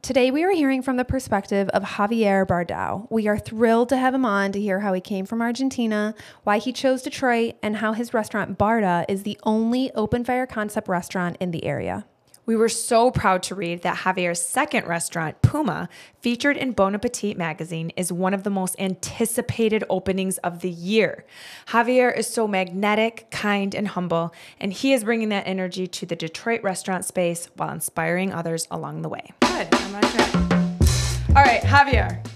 Today, we are hearing from the perspective of Javier Bardao. We are thrilled to have him on to hear how he came from Argentina, why he chose Detroit, and how his restaurant Barda is the only open fire concept restaurant in the area. We were so proud to read that Javier's second restaurant, Puma, featured in Bon Appetit magazine, is one of the most anticipated openings of the year. Javier is so magnetic, kind, and humble, and he is bringing that energy to the Detroit restaurant space while inspiring others along the way. Good. I'm gonna try. All right, Javier,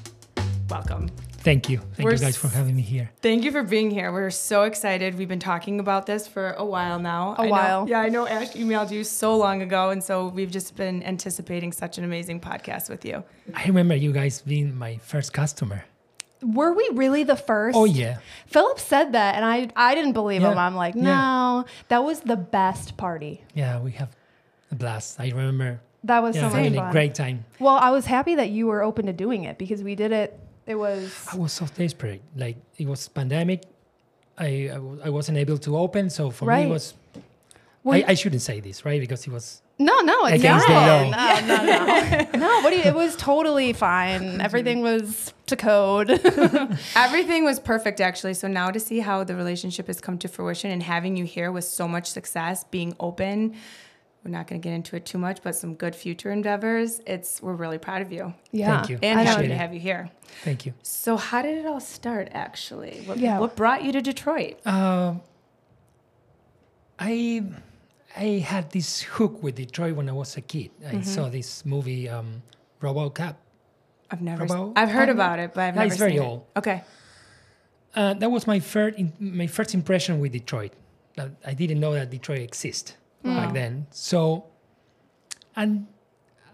welcome. Thank you. Thank We're you guys for having me here. Thank you for being here. We're so excited. We've been talking about this for a while now. A I know- while. yeah, I know Ash emailed you so long ago, and so we've just been anticipating such an amazing podcast with you. I remember you guys being my first customer. Were we really the first? Oh yeah. Philip said that, and I, I didn't believe him. Yeah. I'm like, Yeah. no, that was the best party. Yeah, we have a blast. I remember That was yeah, so much having fun. a great time. Well, I was happy that you were open to doing it because we did it. It was I was so desperate. Like it was pandemic. I I, w- I wasn't able to open, so for me Right. it was Well, I, I shouldn't say this, right? Because it was no, no, it's Against the fine. law. No, no, no, no. What do you? It was totally fine. Everything was to code. Everything was perfect, actually. So now to see how the relationship has come to fruition and having you here with so much success, being open. We're not going to get into it too much, but some good future endeavors. It's we're really proud of you Yeah, Thank you. and I know. happy Appreciate to it. have you here. thank you. So how did it all start, actually? What, Yeah. what brought you to Detroit? Um, I I had this hook with Detroit when I was a kid. I saw this movie um, RoboCop. I've never. About- I've heard I'm about it, but I've Yeah, never it's very seen it. old. Okay. Uh, that was my first in, my first impression with Detroit. Uh, I didn't know that Detroit exists Mm. back then. So, and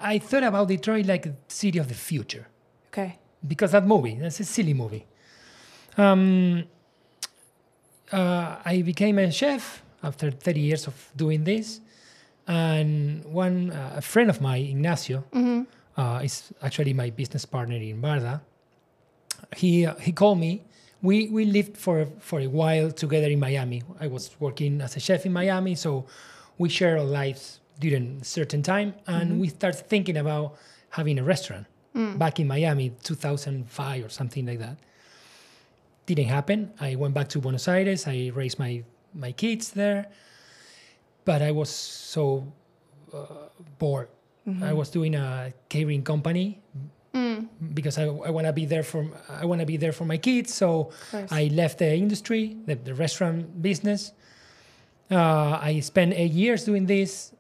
I thought about Detroit like a city of the future Okay. because that movie that's a silly movie um, uh, i became a chef after 30 years of doing this and one uh, a friend of mine ignacio uh, is actually my business partner in barda he uh, he called me we we lived for for a while together in miami i was working as a chef in miami so we shared our lives during a certain time and we started thinking about having a restaurant back in Miami, 2005 or something like that. Didn't happen. I went back to Buenos Aires. I raised my my kids there, but I was so uh, bored. I was doing a catering company because I, I want to be there for I want to be there for my kids. So I left the industry, the, the restaurant business. Uh, I spent eight years doing this.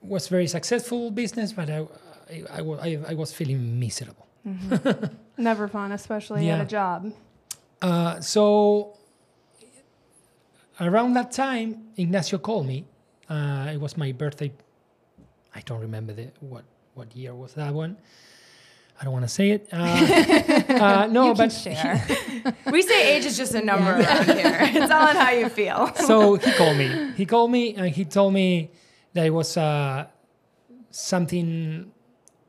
Was very successful business, but I I, I, wa- I, I was feeling miserable. Never fun, especially at Yeah. a job. Uh, so around that time, Ignacio called me. Uh, it was my birthday. I don't remember the, what what year was that one. I don't want to say it. Uh, uh, no, you can but share. We say age is just a number around here. It's all on how you feel. so he called me. He called me and he told me that it was uh, something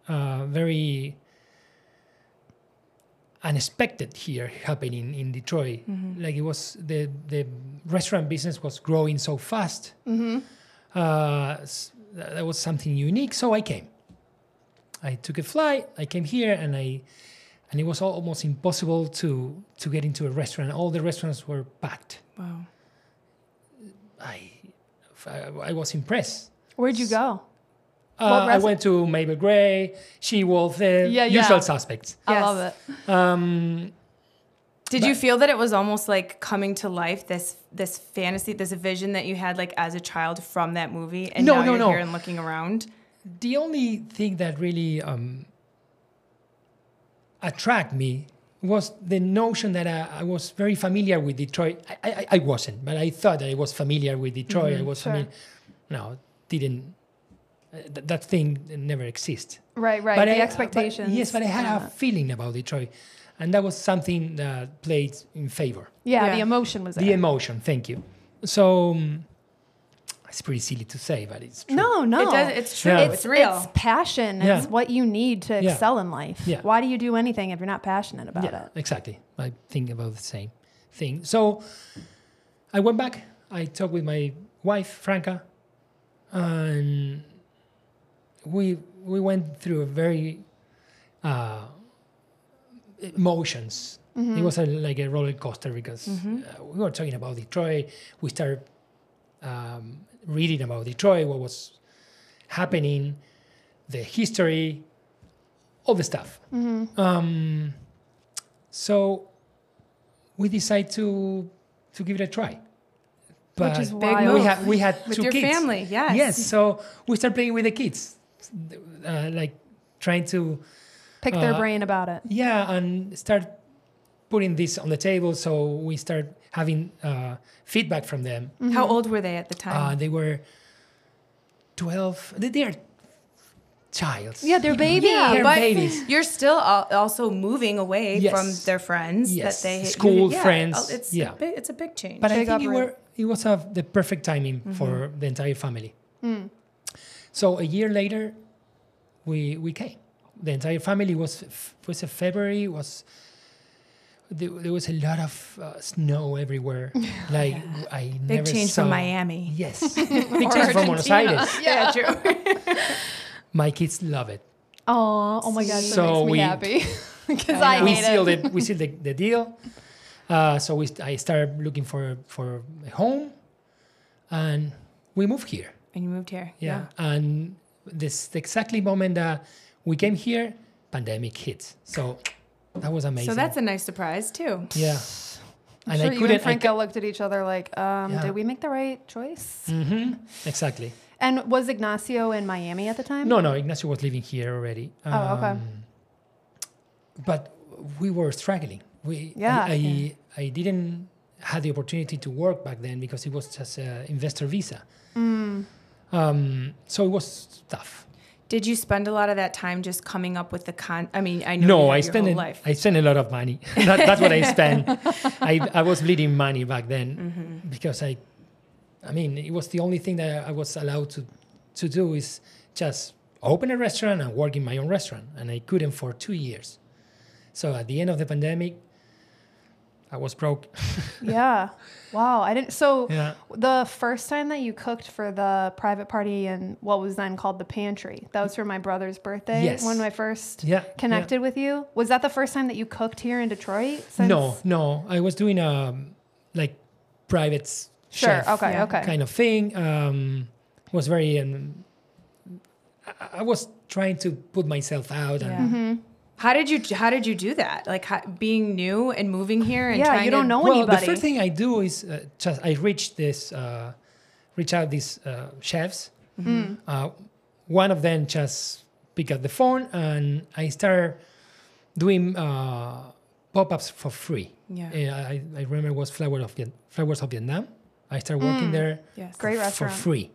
uh, very unexpected here happening in Detroit. Like it was the the restaurant business was growing so fast. Uh, s- that that was something unique. So I came. I took a flight. I came here and I. And it was al- almost impossible to, to get into a restaurant. All the restaurants were packed. Wow. I, I- I was impressed. Where'd you go? Uh, I rest- went to Mabel Gray, She Wolf, the Yeah, yeah. usual suspects. I Yes. love it. Um, Did you feel that it was almost like coming to life? This this fantasy, this vision that you had like as a child from that movie, and No, now no, you're no. here and looking around. the only thing that really um, attracted me was the notion that I, I was very familiar with Detroit. I, I, I wasn't, but I thought that I was familiar with Detroit. I was Mm-hmm, sure. familiar. No, didn't. Uh, th- that thing never exists. Right, right. the I- uh, expectations. Uh, But, yes, but I had and a that. feeling about Detroit, and that was something that played in favor. Yeah, Yeah. the emotion was there. The emotion, thank you. So um, it's pretty silly to say, but it's true. no, no. It does, it's true. Yeah. It's, real. It's passion. Yeah. It's what you need to Yeah. excel in life. Yeah. Why do you do anything if you're not passionate about yeah, it? exactly. I think about the same thing. So I went back. I talked with my wife Franca, and we we went through a very uh, emotions. Mm-hmm. It was a, like a roller coaster because uh, we were talking about Detroit. We started um, reading about Detroit, what was happening, the history, all the stuff. Um, so we decided to to give it a try. But is Big Wild. move. wild. we had we had With two your kids. family, yes. So we started playing with the kids, uh, like trying to Pick their Uh, brain about it. yeah, and start putting this on the table. So we start having uh, feedback from them. How old were they at the Mm-hmm. Uh, time? they were twelve. They, they are childs. Yeah, they're babies. Yeah, they're but babies. you're still al- also moving away Yes. from their friends Yes. that they School, yeah, friends, It's yeah. a big, it's a big change. But I Big think it, upgrade. were, it was a, the perfect timing for the entire family. So a year later, we we came. The entire family was f- was a February was. There, there was a lot of uh, snow everywhere. Like I big never change saw. from Miami. Yes, big change from Buenos Argentina. Aires. Yeah, true. My kids love it. Oh, oh my gosh, that So makes me we- happy because I I, we hate it. sealed it. We sealed the, the deal. Uh, so we, st- I started looking for for a home, and we moved here. and you moved here. yeah. And this exactly moment that we came here, pandemic hit. So that was amazing. So that's a nice surprise too. yeah. I'm sure And I you and couldn't. I Franco looked at each other like, um, Yeah. did we make the right choice? hmm exactly. And was Ignacio in Miami at the time? No, no. Ignacio was living here already. Um, Oh, okay. But we were struggling. We Yeah. I, I, I didn't had the opportunity to work back then because it was just an investor visa. Mm. Um, so it was tough. Did you spend a lot of that time just coming up with the con? I mean, I know you No, have I your spent whole a- life. I spent a lot of money. that, that's what I spent. I, I was bleeding money back then Mm-hmm. because I, I mean, it was the only thing that I was allowed to, to do is just open a restaurant and work in my own restaurant, and I couldn't for two years. So at the end of the pandemic, I was broke. Yeah. Wow. I didn't. So Yeah. the first time that you cooked for the private party in what was then called the pantry, that was for my brother's birthday. Yes. When I first Yeah, connected with you, was that the first time that you cooked here in Detroit? Since? no, no, I was doing um like private s- Sure. chef okay. yeah, Okay. kind of thing. Um, was very. Um, I- I was trying to put myself out, and Yeah. Mm-hmm. How did you How did you do that? Like how, being new and moving here and Yeah, trying you don't to- know well, anybody. the first thing I do is uh, just I reach this, uh, reach out these uh, chefs. Uh, one of them just pick up the phone, and I start doing uh, pop-ups for free. Yeah. Uh, I, I remember it was Flower of Viet- Flowers of Vietnam. I started working there Yes. Great f- restaurant. Oh for free.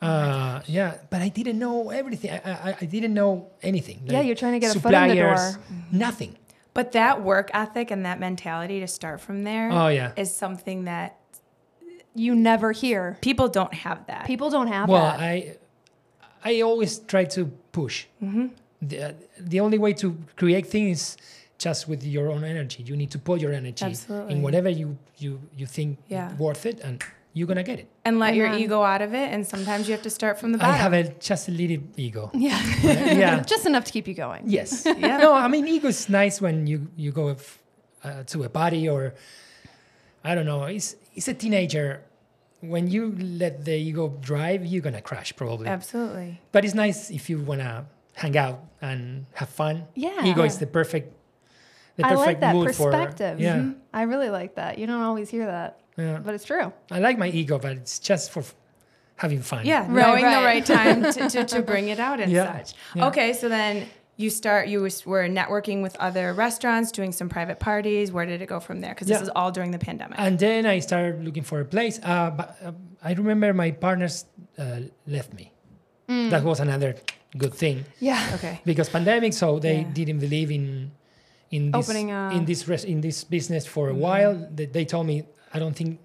Uh, yeah, but I didn't know everything. I, I, I didn't know anything. Yeah, like you're trying to get a foot in the suppliers, door. Nothing. But that work ethic and that mentality to start from there is Oh, yeah. something that you never hear. people don't have that. People don't have Well, that. I I always try to push. Mm-hmm. The, uh, the only way to create things is just with your own energy. You need to put your energy Absolutely. in whatever you you you think Yeah. worth it, and you're gonna get it. and let your Amen. ego out of it. And sometimes you have to start from the I bottom. have a just a little ego. yeah. yeah. Just enough to keep you going. Yes. No, I mean ego is nice when you you go f- uh, to a party or I don't know. It's it's a teenager. When you let the ego drive, you're gonna crash probably. Absolutely. But it's nice if you wanna hang out and have fun. Yeah. Ego is the perfect. The I perfect like that mood perspective. For, yeah, Mhm. I really like that. You don't always hear that, yeah. but it's true. I like my ego, but it's just for f- having fun. Yeah, Right, knowing the right. right time to, to, to bring it out and Yeah, such. yeah. Okay, so then you start, you was- were networking with other restaurants, doing some private parties. Where did it go from there? Because Yeah. this is all during the pandemic. And then I started looking for a place. Uh, but uh, I remember my partners uh, left me. Mm. That was another good thing. Yeah. okay. because pandemic, so they Yeah. didn't believe in in this Opening up. Mm-hmm. in this res- in this business for a while. They, they told me, I don't think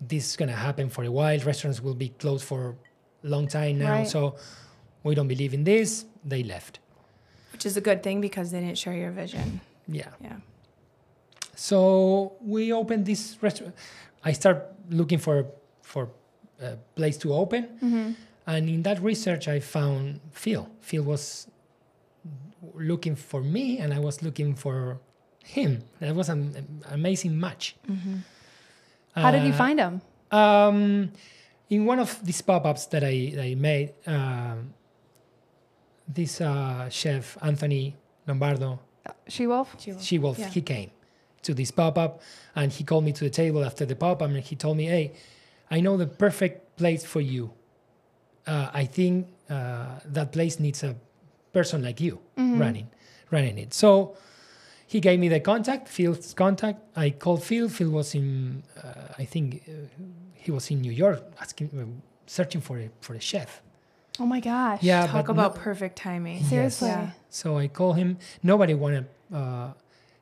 this is gonna happen for a while. Restaurants will be closed for a long time now, Right. so we don't believe in this. They left. Which is a good thing because they didn't share your vision. Yeah. Yeah. So we opened this restaurant. I start looking for for uh, a Mm-hmm. place to open, and in that research, I found Phil. Phil was looking for me and I was looking for him. That was an, an amazing match. Mm-hmm. How did you Uh, find him? um, in one of these pop-ups that I, I made, um, this uh, chef Anthony Lombardo, She Wolf? she wolf, Yeah. he came to this pop-up and he called me to the table after the pop-up and he told me, "Hey, I know the perfect place for you. Uh, I think uh, that place needs a person like you Mm-hmm. running, running it." So he gave me the contact, Phil's contact. I called Phil. Phil was in, uh, I think, uh, he was in New York asking, uh, searching for a for a chef. Oh my gosh. Yeah, Talk but about perfect timing. Seriously. Yeah. So I call him. Nobody want to uh,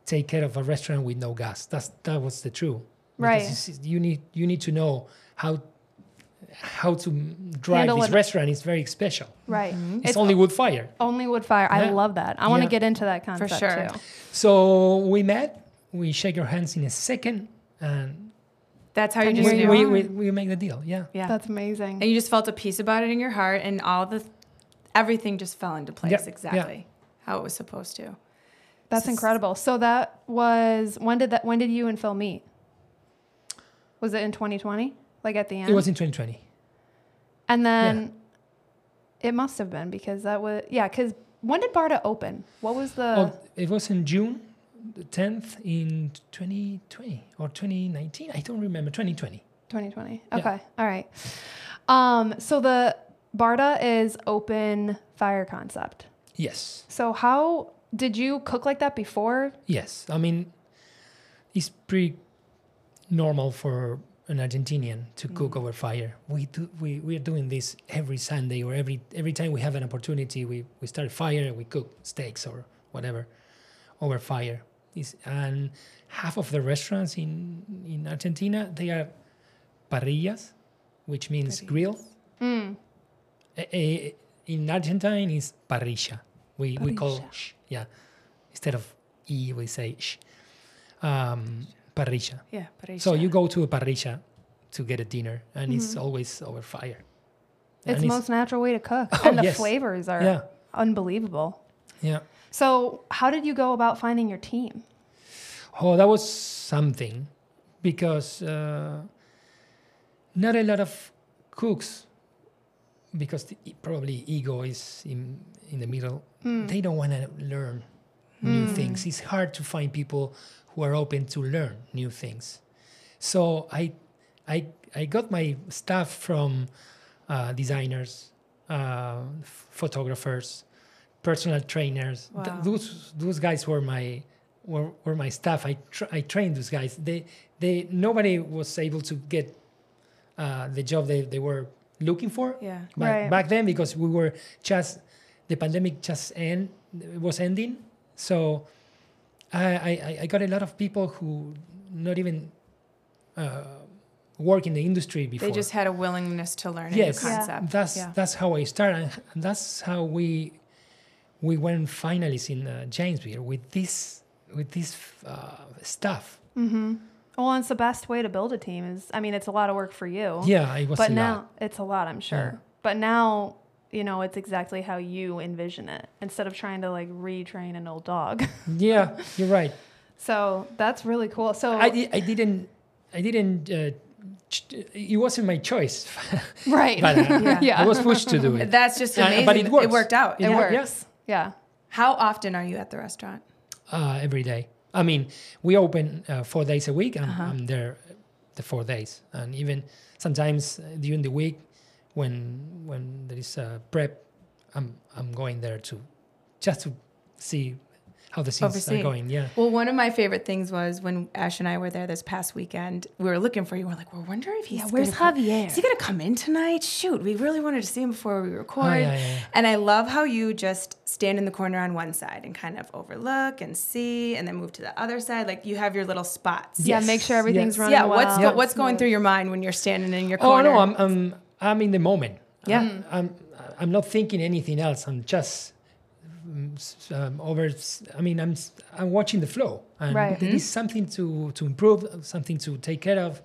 take care of a restaurant with no gas. That's that was the truth. Right. Because it's- You need you need to know how how to drive Handle this it. restaurant. It's very special. Mm-hmm. Right. It's, only wood fire. only wood fire. I Yeah. love that. I want to Yeah. get into that concept sure. too. So we met. We shake our hands in a second, and That's how you And just you- we, knew. we, we, we make the deal. Yeah. yeah. That's amazing. and you just felt a peace about it in your heart and all the everything just fell into place yeah. exactly how it was supposed to. That's incredible. So that was when did that when did you and Phil meet? Was it in 2020? Like at the end? It was in 2020. and then it must have been because that was yeah, cuz when did Barda open? What was the oh, it was in June the 10th in 2020 or 2019. I don't remember. 2020. 2020? Yeah. Okay. All right. Um so the Barda is open fire concept. Yes. So how did you cook like that before? Yes, I mean, it's pretty normal for an Argentinian to cook over fire. We do we we are doing this every Sunday or every every time we have an opportunity. We we start a fire and we cook steaks or whatever over fire. It's, and half of the restaurants in in Argentina they are parrillas, which means grill. Eh, eh, in Argentine is parrilla. We we call Parrilla. sh, yeah instead of e we say sh. Um, parrilla. Yeah. But So you go to a parrilla to get a dinner, and it's always over fire. Mm-hmm. It's And the most natural way to cook. and the Oh, yes. flavors are Yeah. unbelievable. yeah. So, how did you go about finding your team? Oh, that was something, because uh, not a lot of cooks, because the, e- probably ego is in in the middle. Mm. They don't want to learn new things. It's hard to find people who are open to learn new things. So I, I, I got my stuff from uh, designers, uh, f- photographers, personal trainers. Th- Wow. those those guys were my were, were my staff. I tr- I trained those guys. They they nobody was able to get uh, the job they, they were looking for Yeah. back, Right. back then because we were just the pandemic just end was ending so I, I I- I got a lot of people who not even uh, work in the industry before They just had a willingness to learn Yes. a new Yeah. concept. that's yeah. that's how I started and that's how we we went finalists in uh, Jamesville with this with this uh, stuff Well, it's the best way to build a team is I mean, it's a lot of work for you. yeah it was But a now lot it's a lot, I'm sure. Yeah. But now, you know, it's exactly how you envision it instead of trying to like retrain an old dog. yeah you're right so, that's really cool. So, I, di- I didn't I didn't uh, ch- it wasn't my choice right. but uh, Yeah. yeah. I was pushed to do it That's just Uh, amazing. but it works. worked out. it yeah, works. yes. Yeah. How often are you at the restaurant? uh, every day. I mean, we open uh, four days a week. I'm, Uh-huh. I'm there uh, the four days, and even sometimes uh, during the week when when there is a prep, I'm I'm going there to just to see how the scenes Oversee. are going. Yeah, Well, one of my favorite things was when Ash and I were there this past weekend. We were looking for you. We're like, we're wondering if he's gonna come- Javier? Is he gonna come in tonight? Shoot, we really wanted to see him before we record. Ah, Oh, yeah, yeah, yeah. And I love how you just stand in the corner on one side and kind of overlook and see, and then move to the other side. Like you have your little spots. Yeah, Yes, make sure everything's yes. running Yeah, what's well, go- what's going smooth. through your mind when you're standing in your Oh corner? no, I'm I'm I'm in the moment. Yeah. I'm I'm, I'm not thinking anything else. I'm just mm, s- um, over. s- I mean, I'm s- I'm watching the flow, and Right. there is something to to improve, something to take care of,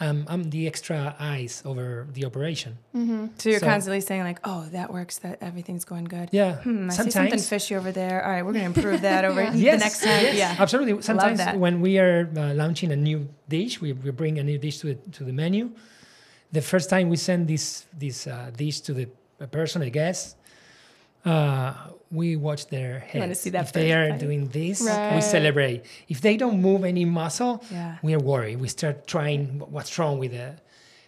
um, I'm the extra eyes over the operation. Mm-hmm. So you're So- constantly saying like, "Oh, that works. That everything's going good." Yeah, Hmm, I see something sometimes. fishy over there. All right, we're gonna improve that over Yes, the next time. yes, Yeah. absolutely. Sometimes that. when we are uh, launching a new dish, we, we bring a new dish to the, to the menu. The first time we send this this uh, dish to the a person, I guess, uh, we watch their wanna heads. see that if they first are bite. doing this, we Right. celebrate. If they don't move any muscle, Yeah. we are worried. We start trying wh- what's wrong with it,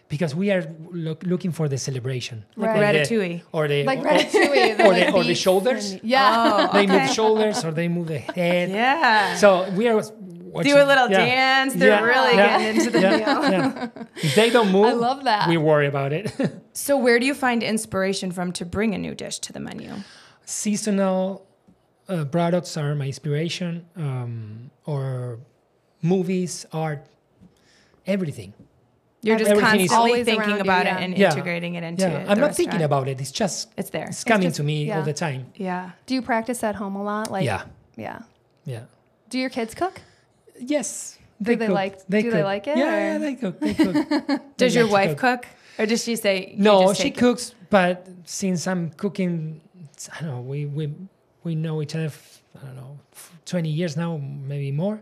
because we are look, looking for the celebration, Like Like the- ratatouille. or the Like or- ratatouille. or like the- or the beef shoulders. and- Yeah. Oh, they move okay. shoulders or they move the head. Yeah. So we are watching, Do a little yeah. dance. They're Yeah. really Yeah. getting into the Yeah. meal. Yeah. If they don't move, I love that. we worry about it. So where do you find inspiration from to bring a new dish to the menu? Seasonal uh, products are my inspiration, um, or movies, art, everything. You're just Everything is- constantly Always thinking around you, about yeah. it and Yeah. integrating it into. yeah, the I'm not thinking restaurant. about it. It's just It's there. it's coming just- to me yeah. all the time. Yeah. Do you practice at home a lot? Like, yeah, yeah. yeah. Do your kids cook? Yes. Do they like- do they like it, Yeah, or- yeah, they cook. They cook. They Does your like to wife cook. cook, or does she say? you No, just she take it? cooks, but since I'm cooking, I don't know. We we we know each other. f- I don't know, f- twenty years now, maybe more,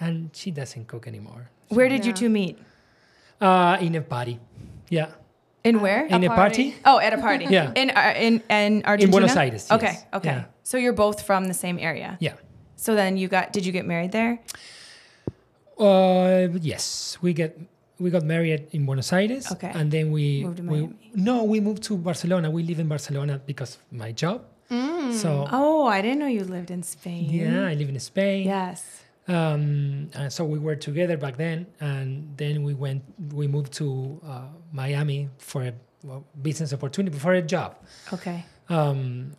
and she doesn't cook anymore. Where did you Yeah. two meet? Uh, in a party, yeah, Uh, And where? in a party. party. Oh, at a party. Yeah. In uh, in in Argentina. Buenos Aires, Okay. yes. Okay. Yeah. So you're both from the same area. Yeah. So then you got? Did you get married there? Uh, yes, we get we got married in Buenos Aires. Okay. and then we Moved to we- Miami. no, we moved to Barcelona. We live in Barcelona because of my job. So Oh, I didn't know you lived in Spain. yeah, I live in Spain. Yes. um, and so we were together back then and then we went we moved to uh, miami for a well, business opportunity for a job Okay. um,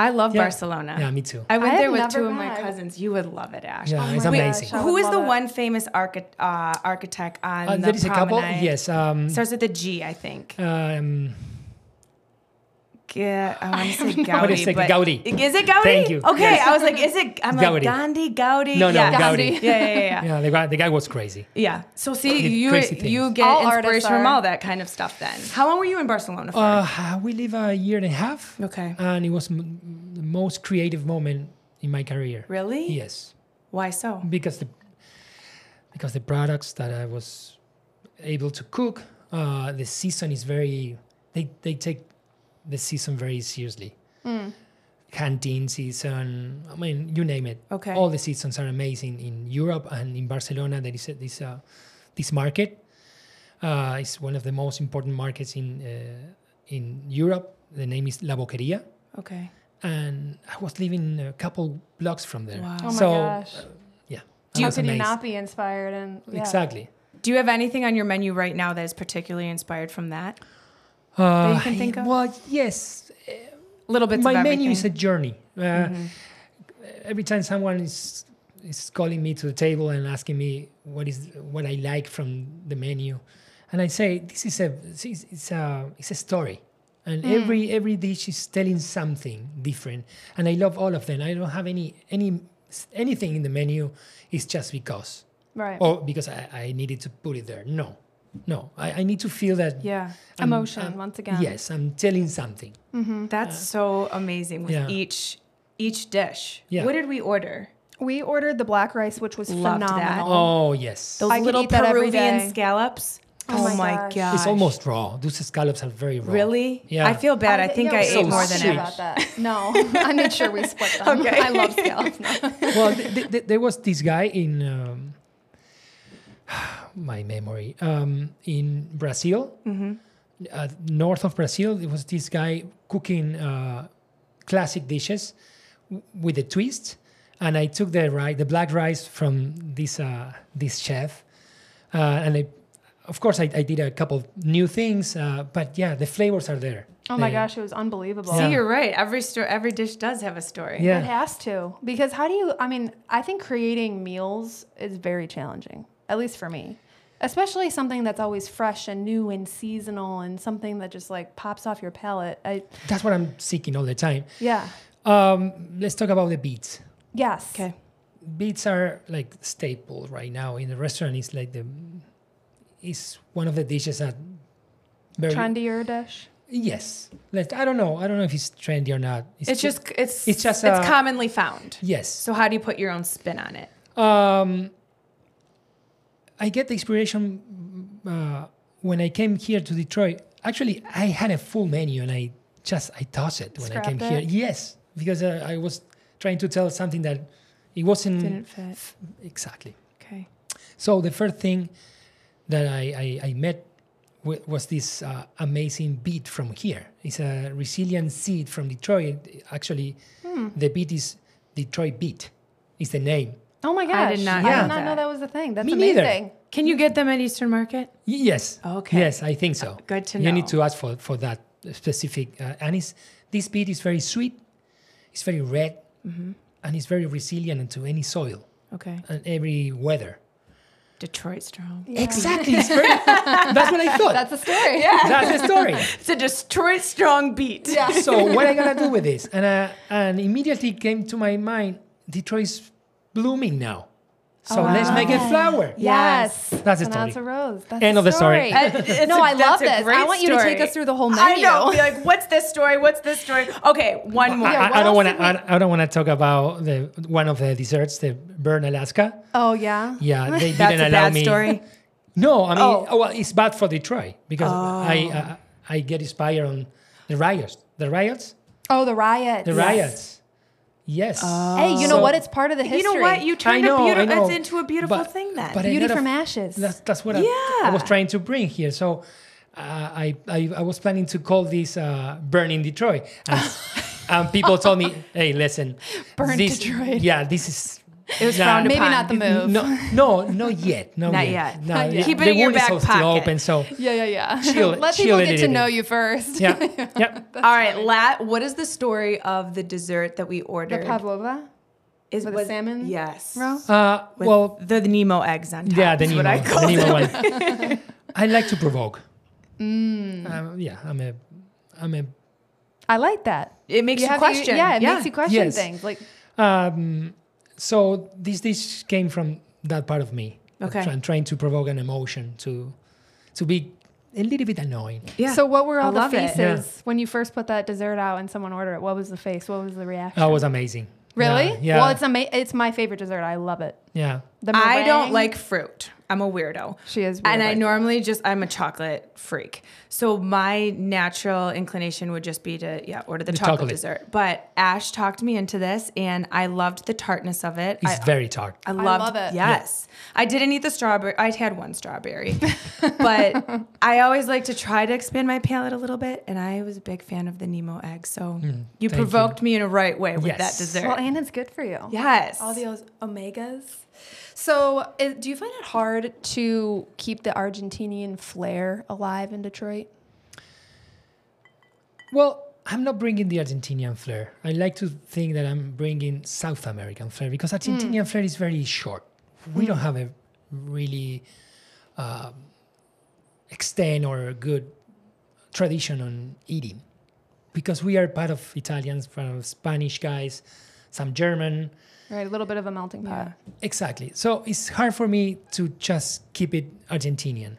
I love Yeah. Barcelona. yeah me too I went I there have with never two of my been. cousins. You would love it, Ash. yeah Oh it's my amazing gosh, I Who would is the love it. one famous architect, uh, architect on uh, the there is a couple promenade? yes um, Starts with a G, I think. um, Yeah, I want to say Gaudi. What is it, but- Gaudi? Is it Gaudi? Thank you. Okay, Yes. I was like, is it? I'm like Gaudi. Gandhi, Gaudi. no no yeah. Yeah, gaudi yeah, yeah. yeah. yeah the guy, the guy was crazy Yeah. So see, Did you crazy things. you get All artists inspiration from are. all that kind of stuff. Then, how long were you in Barcelona for? uh, we live a year and a half okay. and it was m- the most creative moment in my career Really? yes Why so? because the because the products that I was able to cook, uh, the season is very they they take the season very seriously. Mm. Canteen season, I mean, you name it. Okay. all the seasons are amazing in Europe and in Barcelona. There is a, this uh, this market. Uh, it's one of the most important markets in uh, in Europe. The name is La Boqueria, Okay. and I was living a couple blocks from there. Wow. Oh my so gosh. yeah. I How was could you amazed. not be inspired? And yeah. Exactly. Do you have anything on your menu right now that is particularly inspired from that? Uh, you can think of? Well, yes. Little bits My of menu is a everything. Mm-hmm. journey. Uh, Every time someone is is calling me to the table and asking me what is what I like from the menu, and I say this is a this is- it's a it's a story, and Mm. every every dish is telling something different, and I love all of them. I don't have any any anything in the menu. It's just because Right. or because I, I needed to put it there. No, no, I, I need to feel that yeah. I'm- Emotion, once again. Yes, I'm telling something. Mm-hmm. That's so amazing with Yeah. each each dish. Yeah. What did we order? We ordered the black rice, which was Loved that. phenomenal. Oh yes, Those I could little eat that every Peruvian day. scallops. Oh my gosh. god. it's almost raw. Those scallops are very raw. Really? Yeah. I feel bad. I, th- think yeah, I we ate So were more talking than sweet. Ash. about that. No, I made sure we split them. Okay. I love scallops. No. Well, th- th- th- there was this guy in um, my memory um, in Brazil, Mm-hmm. uh, north of Brazil. There was this guy cooking uh, classic dishes w- with a twist, and I took the rice, the black rice from this uh, this chef, uh, and I. Of course, I, I did a couple new things, uh, but yeah, the flavors are there. Oh my They- gosh, it was unbelievable. Yeah. See, you're right. Every sto- every dish does have a story. Yeah. It has to. Because how do you, I mean, I think creating meals is very challenging, at least for me. Especially something that's always fresh and new and seasonal and something that just like pops off your palate. I, That's what I'm seeking all the time. yeah. Um, let's talk about the beats. Yes. Okay. Beats are like staple right now in the restaurant. It's like the is one of the dishes that very Trendier dish. yes. Let I don't know. I don't know if it's trendy or not. It's, ju- just it's it's just it's a- commonly found. yes. So how do you put your own spin on it? Um, I get the inspiration uh, when I came here to Detroit. Actually, I had a full menu and I just I touched it when I Scrapped came it? here. Yes, because uh, I was trying to tell something that it wasn't Didn't fit. exactly. Okay. So the first thing that I, I, I met w- was this uh, amazing beet from here. It's a resilient seed from Detroit. Actually, Hmm. the beet is Detroit beet. Is the name. Oh my gosh. I did not I know did not know that. that was a thing. That's Me neither. amazing. Can you get them at Eastern Market? Y- Yes. Okay. Uh, Yes, I think so. Good to You need know. to ask for, for that specific uh, anise. This beet is very sweet. It's very red, Mm-hmm. and it's very resilient to any soil Okay. and every weather. Detroit strong. Exactly. It's very, that's what I thought. That's a story. that's the story. It's a Detroit strong beat. Yeah. so what I gonna do with this? And uh, and immediately came to my mind, Detroit's blooming now, so let's make it flower. Yes. That's a Pronounce story. a rose. That's End a of the story. story. no, I I love this. I want you to take us through the whole I menu. know. Be like, what's this story? What's this story? Okay, one more. I- Yeah, I, I what don't want else to. I, I don't want to talk about the one of the desserts, the burn Alaska. Oh yeah. Yeah, they didn't That's a allow bad me. story. No, I mean, Oh. oh, well, it's bad for Detroit because I uh, I I get inspired on the riots, the riots, Oh, the riots. the riots. Yes. Oh. Hey, you know So- what? It's part of the history. You know what? You turned I know, a I beautiful know, it's into a beautiful but- thing then. but I beauty gotta- from ashes. That's that's what I- I, was Yeah. trying to bring here. So uh, I, I I was planning to call this uh, "Burning Detroit," and, and people told me, "Hey, listen, Burn this- Detroit." Yeah, this is." It was nah, frowned Uh, Maybe upon. not the move. No, no, not yet. Not, Not yet. No, Not yet. Keep it the in your wound is back still pocket. open, so Yeah, yeah, yeah. Chill it- Let chill people it, get it, to it. know you first. yeah, yeah. All right, Lat, what is the story of the dessert that we the ordered? pavlova. is with the salmon Yes. roe? Uh, With well, the Nemo eggs on top. yeah, the is Nemo, what I the call Nemo them. one. I like to provoke. Mm. Um, yeah, I'm a, I'm a I like that. It makes you, have- question. yeah, it makes you question Yes. things. Like Um, so this dish came from that part of me. Okay. I'm trying to provoke an emotion to to be a little bit annoying. Yeah. so what were I all the love it. faces when you first put that dessert out and someone ordered it? What was the face? What was the reaction? That was amazing. really? Yeah. yeah, Well, it's ama- it's my favorite dessert. I love it. yeah. The I don't meringue, like fruit. I'm a weirdo. She is weird and I like normally just I'm a chocolate freak. So my natural inclination would just be to yeah, order the, The chocolate, chocolate. dessert. But Ash talked me into this and I loved the tartness of it. It's I, very tart. I loved love it. Yeah. Yes. I didn't eat the strawberry. I had one strawberry. but I always like to try to expand my palate a little bit and I was a big fan of the Nemo egg. So you Mm, thank provoked me in a right way with Yes. that dessert. Well, and it's good for you. yes. All those omegas. So, is, do you find it hard to keep the Argentinian flair alive in Detroit? Well, I'm not bringing the Argentinian flair. I like to think that I'm bringing South American flair because Argentinian flair is very short. We don't have a really um extent or a good tradition on eating because we are part of Italians, part of Spanish guys, some German. Right, a little bit of a melting pot. Exactly. So it's hard for me to just keep it Argentinian.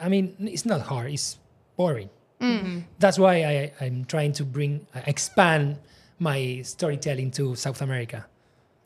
I mean, n- it's not hard. It's boring. Mm-hmm. That's why I, I'm trying to bring I expand my storytelling to South America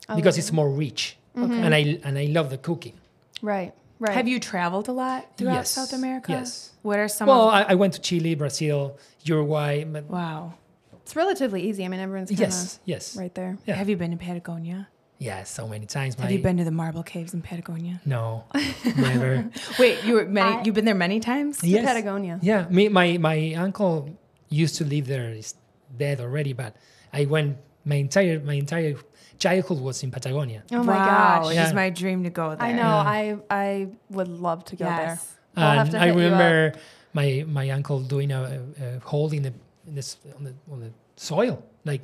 Oh, because it's more rich, Mm. and I and I love the cooking. Right, right. Have you traveled a lot throughout Yes. South America? Yes. What are some Well, of I, I went to Chile, Brazil, Uruguay. But Wow. It's relatively easy. I mean, everyone's kind of yes, yes, right there. Yeah. Have you been to Patagonia? yeah. So many times. Have my- you been to the marble caves in Patagonia? No, never. Wait, you were many I- you've been there many times? yes. Patagonia. Yeah, me, my my uncle used to live there. He's dead already, but I went. My entire my entire childhood was in Patagonia. Oh my wow, gosh. It is Yeah. my dream to go there. I know. I I would love to go Yes. there. We'll have and to I hit you up. remember my my uncle doing a, a, a hole in the in this on the on the soil, like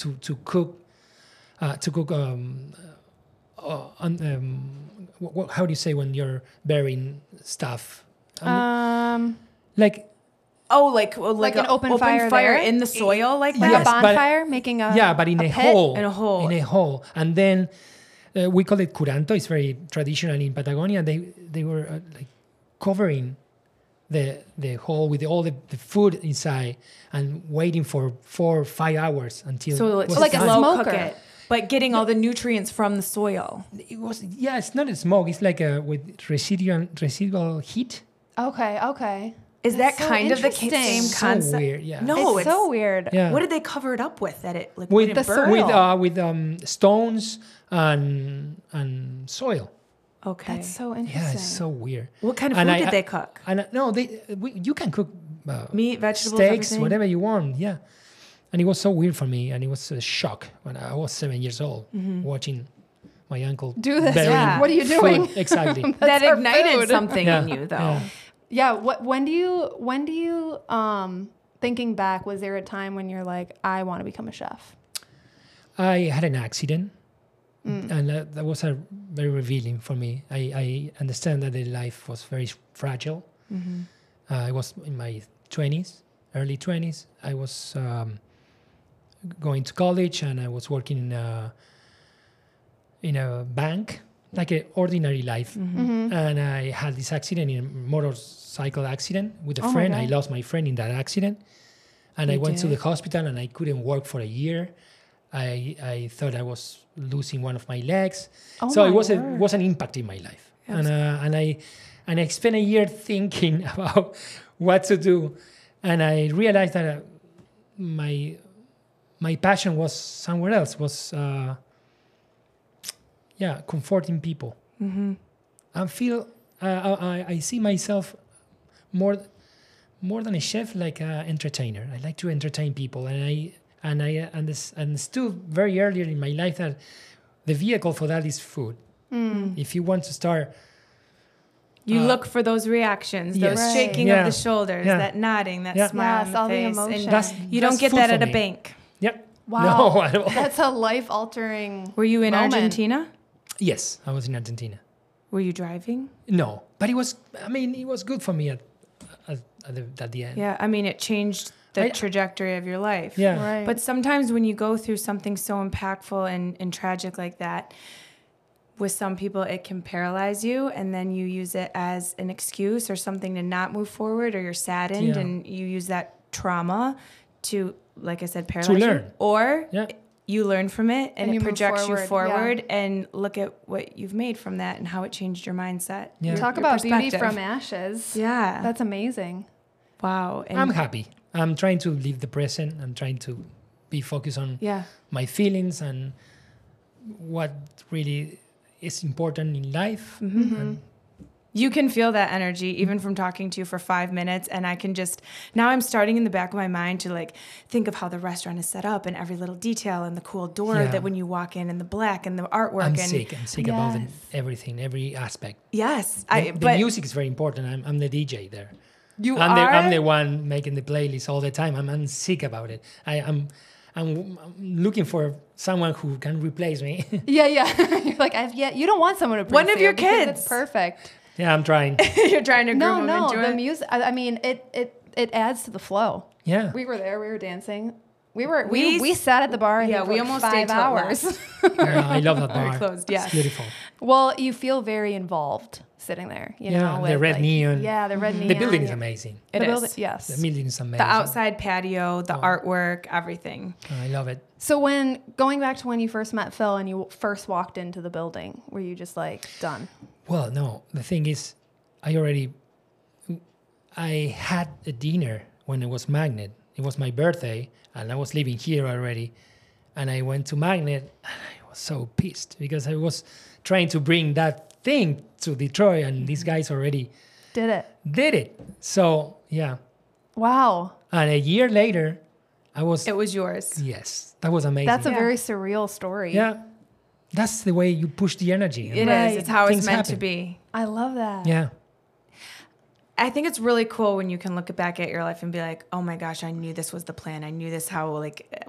to to cook uh, to cook um, uh, on, um wh- wh- how do you say when you're burying stuff Um, Um, like Oh, like well, like, Like an a open fire there? in the soil like like that? a Yes, but- bonfire, making Uh, a yeah, but in a, pit? hole. In a hole. In a hole. And then uh, we call it curanto. It's very traditional in Patagonia. They they were uh, like covering the the hole with all the, the food inside and waiting for four or five hours until So it it's was Like a done. slow cook smoker. it, but getting all the nutrients from the soil. it was yeah it's not a smoke it's like a with residual residual heat Okay, okay. Is That's that so kind of the ca- interesting. same So so concept? weird yeah No, it's, it's, so weird. yeah What did they cover it up with? That it like with wouldn't the burn? with soil. uh, with um, stones and and soil Okay. That's so interesting. yeah it's so weird what kind of And food I- did I- they cook? and uh, no they we, you can cook uh, Meat, vegetables, steaks everything? whatever you want yeah and it was so weird for me and it was a shock when i was seven years old watching my uncle Do this. burying Mm-hmm. Yeah. What are you food. doing? exactly That's that our ignited food. something Yeah, in you, though. yeah. Yeah. What? When do you? When do you? Um, thinking back, was there a time when you're like, I want to become a chef? I had an accident, Mm. and uh, that, that was a very revealing for me. I, I understand that the life was very fragile. Mm-hmm. Uh, I was in my twenties, early twenties. I was um, going to college, and I was working in a in a bank, like an ordinary life. Mm-hmm. Mm-hmm. And I had this accident, in a motorcycle accident, with a Oh my friend. I God. lost my friend in that accident, and I You went to did. the hospital, and I couldn't work for a year. I I thought I was losing one of my legs. Oh so my it was a, word. was an impact in my life, and uh, and I and I spent a year thinking about what to do, and I realized that uh, my my passion was somewhere else. Was uh, yeah, comforting people. Mm-hmm. I feel uh, I, I- I see myself more more than a chef, like an entertainer. I like to entertain people, and I and I unders- understood very earlier in my life that the vehicle for that is food. If you want to start, You Uh, look for those reactions, those Yes. shaking Yeah. of the shoulders, Yeah. that nodding, that Yeah. smile Yes, all on the the face. emotion. and that's you that's don't get food that for at a me. bank. Yep. Wow. No, at all. That's a life altering. Were you in Moment. Argentina? yes, I was in Argentina. Were you driving? No, but it was. I mean, it was good for me at at, at, the, at the end. Yeah, I mean, it changed the I- trajectory of your life. Yeah. Right. But sometimes when you go through something so impactful and, and tragic like that, with some people, it can paralyze you, and then you use it as an excuse or something to not move forward, or you're saddened, Yeah. and you use that trauma to, like I said, paralyze you. learn. Or Yeah. you learn from it, And and, you it move projects you forward, yeah. forward, and look at what you've made from that and how it changed your mindset. Yeah. your- Talk your about beauty perspective. from ashes. Yeah. That's amazing. wow. And I'm happy. I'm trying to live the present. I'm trying to be focused on yeah. my feelings and what really is important in life. And You can feel that energy even from talking to you for five minutes. And I can just, now I'm starting in the back of my mind to like think of how the restaurant is set up and every little detail and the cool door Yeah. that when you walk in and the black and the artwork. I'm and sick. I'm sick about Yes. the, everything, every aspect. Yes. The, I, the but music is very important. I'm, I'm the DJ there. you I'm, are. the, I'm the one making the playlist all the time. I'm, I'm sick about it. I, I'm, I'm I'm looking for someone who can replace me. Yeah, yeah. you're like, I've yet. You don't want someone to. One prove of you your because kids. It's perfect. yeah, I'm trying. You're trying to groom No, them no. into The it. music. I I mean, it it it adds to the flow. Yeah. We were there. We were dancing. We were We we, s- we sat at the bar. I Yeah, think, for we like almost stayed five till it hours. left. Yeah, I love that Or bar. closed, yeah. It's beautiful. well, you feel very involved sitting there. You Yeah, know, the with, red like- neon. Yeah, the red neon. The building is amazing. The It building- is. yes. The building is amazing. The outside patio, the artwork, everything. I love it. So when going back to when you first met Phil and you first walked into the building, were you just like done? Well, no. The thing is, I already, I had a dinner when it was Magnet. It was my birthday, and I was living here already. And I went to Magnet, and I was so pissed because I was trying to bring that thing to Detroit, and these guys already Did it? did it. So yeah. Wow, And a year later, I was It was yours. yes, that was amazing. that's a Yeah. very surreal story. yeah. That's the way you push the energy. It is. Right. It's how Things it's meant to happen. be. I love that. Yeah. I think it's really cool when you can look back at your life and be like, "Oh my gosh, I knew this was the plan. I knew this how like eh,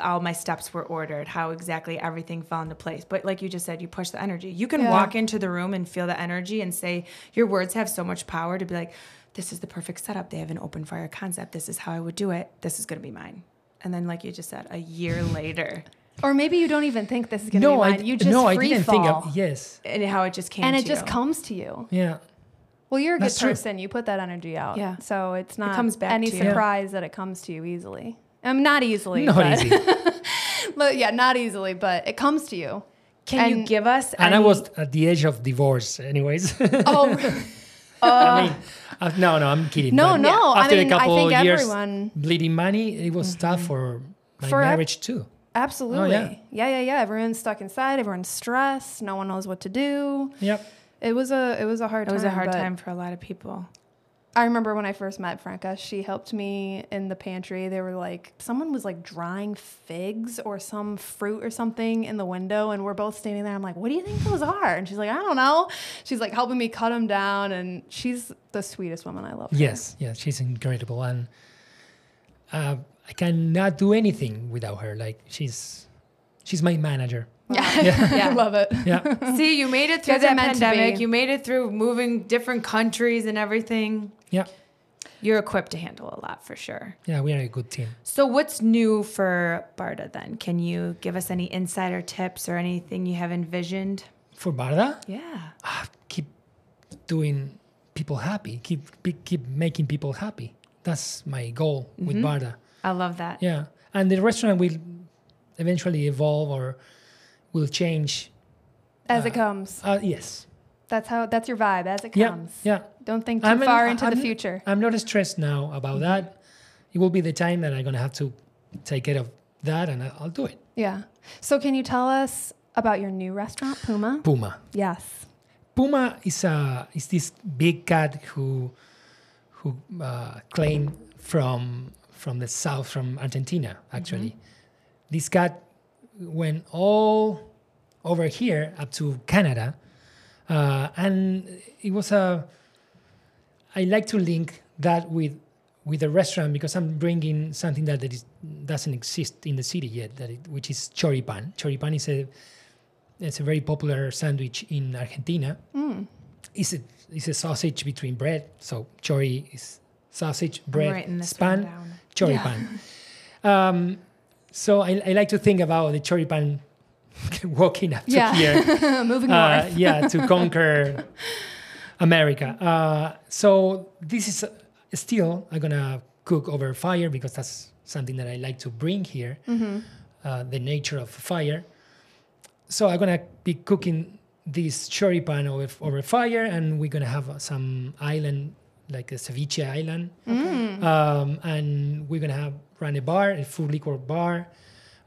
all my steps were ordered, how exactly everything fell into place." But like you just said, you push the energy. You can Yeah. walk into the room and feel the energy and say your words have so much power to be like, "This is the perfect setup. They have an open fire concept. This is how I would do it. This is going to be mine." And then like you just said, a year later, Or maybe you don't even think this is gonna be I mine. d- you just no, free I didn't fall, think of yes. and how it just came and it to just you. comes to you. Yeah. Well, you're a good That's true. person. You put that energy out. Yeah. So it's not comes back any to you. Yeah. surprise that it comes to you easily. Um, not easily. but, Not easy. but yeah, not easily, but it comes to you. Can you And- give us? and I any- was at the edge of divorce, anyways. Oh, I mean, uh, no, no, I'm kidding. No, but no, I After mean, a I couple think of years everyone- Mm-hmm. bleeding money, it was tough for my For ev- marriage too. absolutely. Oh, yeah. yeah, yeah, yeah. Everyone's stuck inside. Everyone's stressed. No one knows what to do. Yep. It was a it was a hard It was a hard but time for a lot of people. I remember when I first met Franca, she helped me in the pantry. They were like someone was like drying figs or some fruit or something in the window and we're both standing there. I'm like, "What do you think those are?" And she's like, "I don't know." She's like helping me cut them down and she's the sweetest woman I love. her. Yes, yes, she's incredible, and uh, I cannot do anything without her. Like she's, she's my manager. Yeah. I love it. Yeah, See, you made it through Guys are that meant to pandemic. be. You made it through moving different countries and everything. yeah, You're equipped to handle a lot for sure. yeah. We are a good team. So, what's new for Barda then? Can you give us any insider tips or anything you have envisioned? For Barda, Yeah. ah, keep doing people happy. Keep be- keep making people happy. That's my goal with Mm-hmm. Barda. I love that. Yeah, and the restaurant will eventually evolve or will change. As it comes. Uh, yes. That's how that's your vibe as it Yeah. comes. Yeah. Don't think too I'm in- far into the I'm- future. I'm not stressed now about that. It will be the time that I'm gonna have to take care of that, and I- I'll do it. Yeah. So can you tell us about your new restaurant, Puma? Puma. Yes. Puma is a is this big cat who who uh, claimed from from the south from Argentina actually. This cat went all over here up to Canada, uh, and it was a. I like to link that with with a restaurant because I'm bringing something that, that is, doesn't exist in the city yet, that it, which is choripan. Choripan is a it's a very popular sandwich in Argentina. It's, a, it's a sausage between bread. So chori is sausage, bread, writing this one span, down. choripan. um, so I, I like to think about the choripan walking up to Yeah. here Moving uh, north. yeah, to conquer America. Uh, so this is uh, still I'm gonna cook over fire because that's something that I like to bring here, uh, the nature of fire. So I'm gonna be cooking this choripan over, over fire, and we're gonna have uh, some island like a ceviche island, um, and we're gonna have run a bar, a full liquor bar,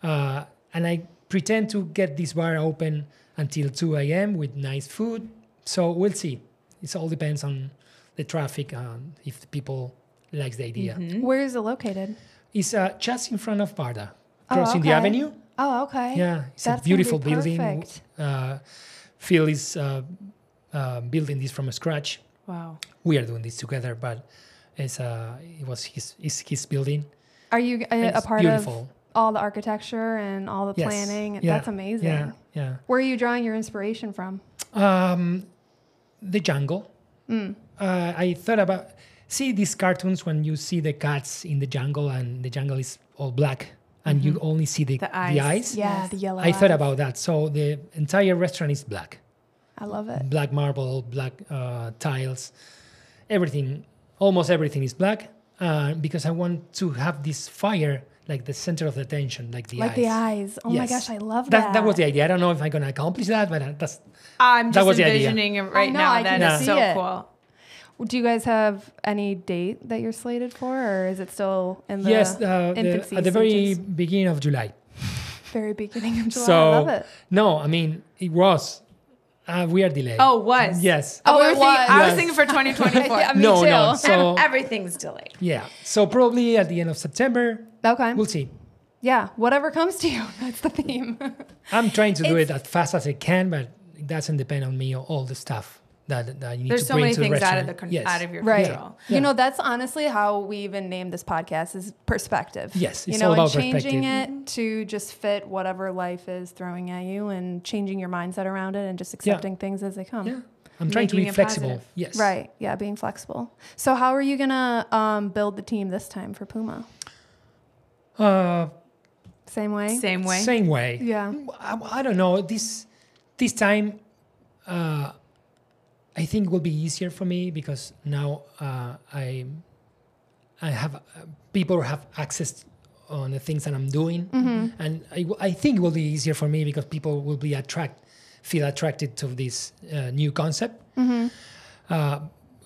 uh, and I pretend to get this bar open until 2 a.m. with nice food. So we'll see. It all depends on the traffic and if the people likes the idea. Where is it located? It's uh, just in front of Barda, Oh, crossing the okay. avenue. Oh, okay. Yeah, it's That's gonna a be beautiful building. W- perfect. Uh, Phil is uh, uh, building this from scratch. Wow. We are doing this together, but it's uh, it was his it's his building. Are you uh, and a, a it's part beautiful. of all the architecture and all the Yes, planning? yeah, That's amazing. Yeah, yeah. Where are you drawing your inspiration from? Um, the jungle. Mm. Uh, I thought about see these cartoons when you see the cats in the jungle and the jungle is all black and you only see the, the eyes. eyes. Yeah, the Mm-hmm. yellow. I thought eye. about that. So the entire restaurant is black, I love it. black marble, black uh, tiles, everything, almost everything is black, uh, because I want to have this fire like the center of the attention, like the Like eyes. the eyes. Oh my Yes. gosh, I love that. That, that was the idea. I don't know if I'm gonna accomplish that, but uh, that's I'm That just was the idea. envisioning it right I know, now. I That can is see so it. cool. Do you guys have any date that you're slated for, or is it still in the yes, uh, the- infancy at the very stages? beginning of July. very beginning of July? So I love it. no, I mean it was. Uh, we are delayed. Oh, was. yes. Oh, Oh, we it were thinking, I was was. thinking for 2024. Yeah, me no, too. no. So Everything's delayed. yeah. So probably at the end of September, Okay. we'll see. yeah, whatever comes to you. That's the theme. I'm trying to do it as fast as I can, but it doesn't depend on me or all the stuff that, that I need There's to so bring many to the things out of restaurant. the con- yes. out of your Right. control. You know, that's honestly how we even named this podcast is perspective. Yes, you it's know, all about and changing perspective. it to just fit whatever life is throwing at you and changing your mindset around it and just accepting things as they come. Yeah. I'm trying to be Making it flexible. positive. Yes. Right. Yeah, being flexible. So how are you gonna um, build the team this time for Puma? Uh, Same way? Same way. Same way. Yeah. I, I don't know. This this time, uh, I I think it will be easier for me because now uh, I I have uh, people have access on the things that I'm doing, and I, w- I think it will be easier for me because people will be attract feel attracted to this uh, new concept. Uh,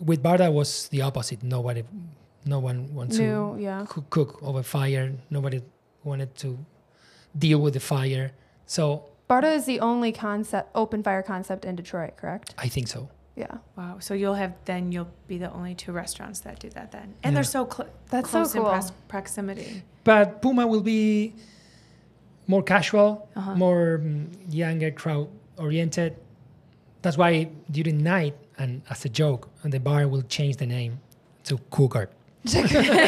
with Barda was the opposite. Nobody, no one wants to New, yeah. cook, cook over fire. Nobody wanted to deal with the fire. So Barda is the only concept open fire concept in Detroit, correct? I think so. Yeah. Wow. So you'll have then you'll be the only two restaurants that do that then, and Yeah. they're so cl- That's so close in cool. pros- proximity. But Puma will be more casual, Uh-huh. more mm, younger crowd oriented. That's why during night and as a joke, the bar will change the name to Cougar. You had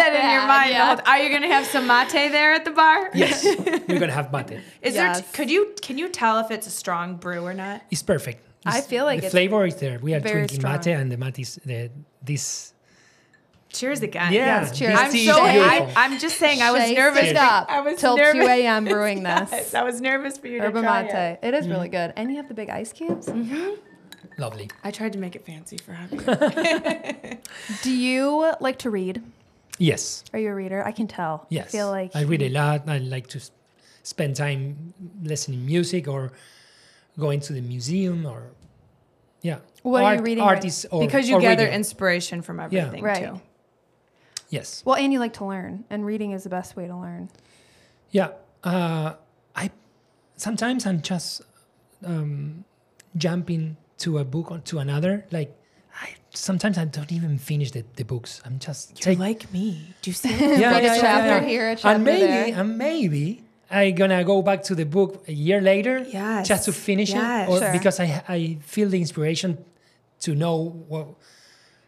that in your that, mind. the yeah. whole t- Are you going to have some mate there at the bar? Yes, we're gonna have mate. Is there? Yes. t- Could you can you tell if it's a strong brew or not? It's perfect. I It's- feel like the it's flavor is there. We are very drinking mate, strong. and the mate is the this. Cheers again. Yeah, yes, cheers. this I'm tea so. is I, beautiful. I'm just saying. I was Shakes nervous. it up I was till nervous. 2 a.m. brewing Yes, this. I was nervous for you Urban to try it. Mate. It is Mm-hmm. really good. And you have the big ice cubes. lovely. I tried to make it fancy for Javier. Do you like to read? Yes, Are you a reader? I can tell. yes. I feel like I read a lot. I like to s- spend time listening music or going to the museum or yeah. What are you reading right- Artists or because you or gather radio. inspiration from everything Right. too. Yes. Well, and you like to learn, and reading is the best way to learn. Yeah. Uh, I sometimes I'm just um, jumping to a book or to another. Like I sometimes I don't even finish the, the books. I'm just take like me. Do you see? yeah, Read a chapter here, a chapter and maybe there. and maybe I gonna go back to the book a year later Yes. just to finish Yes. it, or Sure. because I I feel the inspiration to know what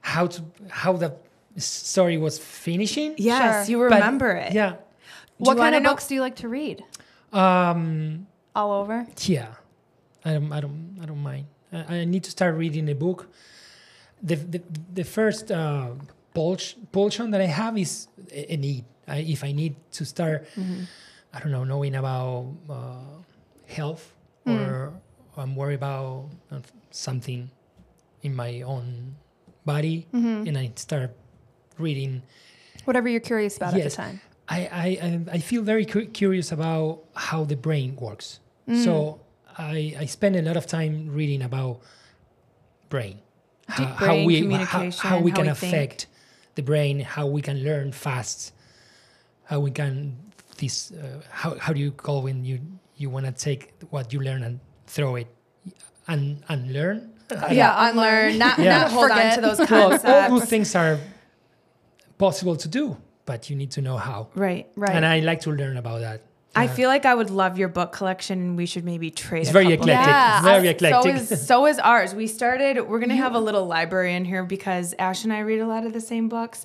how to how the story was finishing. yes, Sure. you But- remember it. Yeah. what you wanna kind of know- books do you like to read? Um, All over. Yeah, I don't, I don't, I don't mind. I, I need to start reading a book. The the, the first uh, pulse, pulsion that I have is a, a need. I, if I need to start, I don't know, knowing about uh, health or I'm worried about uh, something in my own body, and I start reading Whatever you're curious about at Yes. the time. I, I, um, I- I feel very cu- curious about how the brain works. Mm. So I, I spend a lot of time reading about brain, how, how brain we, how, communication, how we how can we think. affect the brain, how we can learn fast, how we can this uh, how, how do you call when you you want to take what you learn and throw it and and learn. Yeah, unlearn, Not, Yeah. not hold on Forget. to those Well, all concepts. those things are possible to do, but you need to know how. right. Right. And I like to learn about that. I feel like I would love your book collection, and we should maybe trade. It's a very couple. eclectic. Yeah, very So eclectic. is, so is ours. We started, we're going to have a little library in here because Ash and I read a lot of the same books.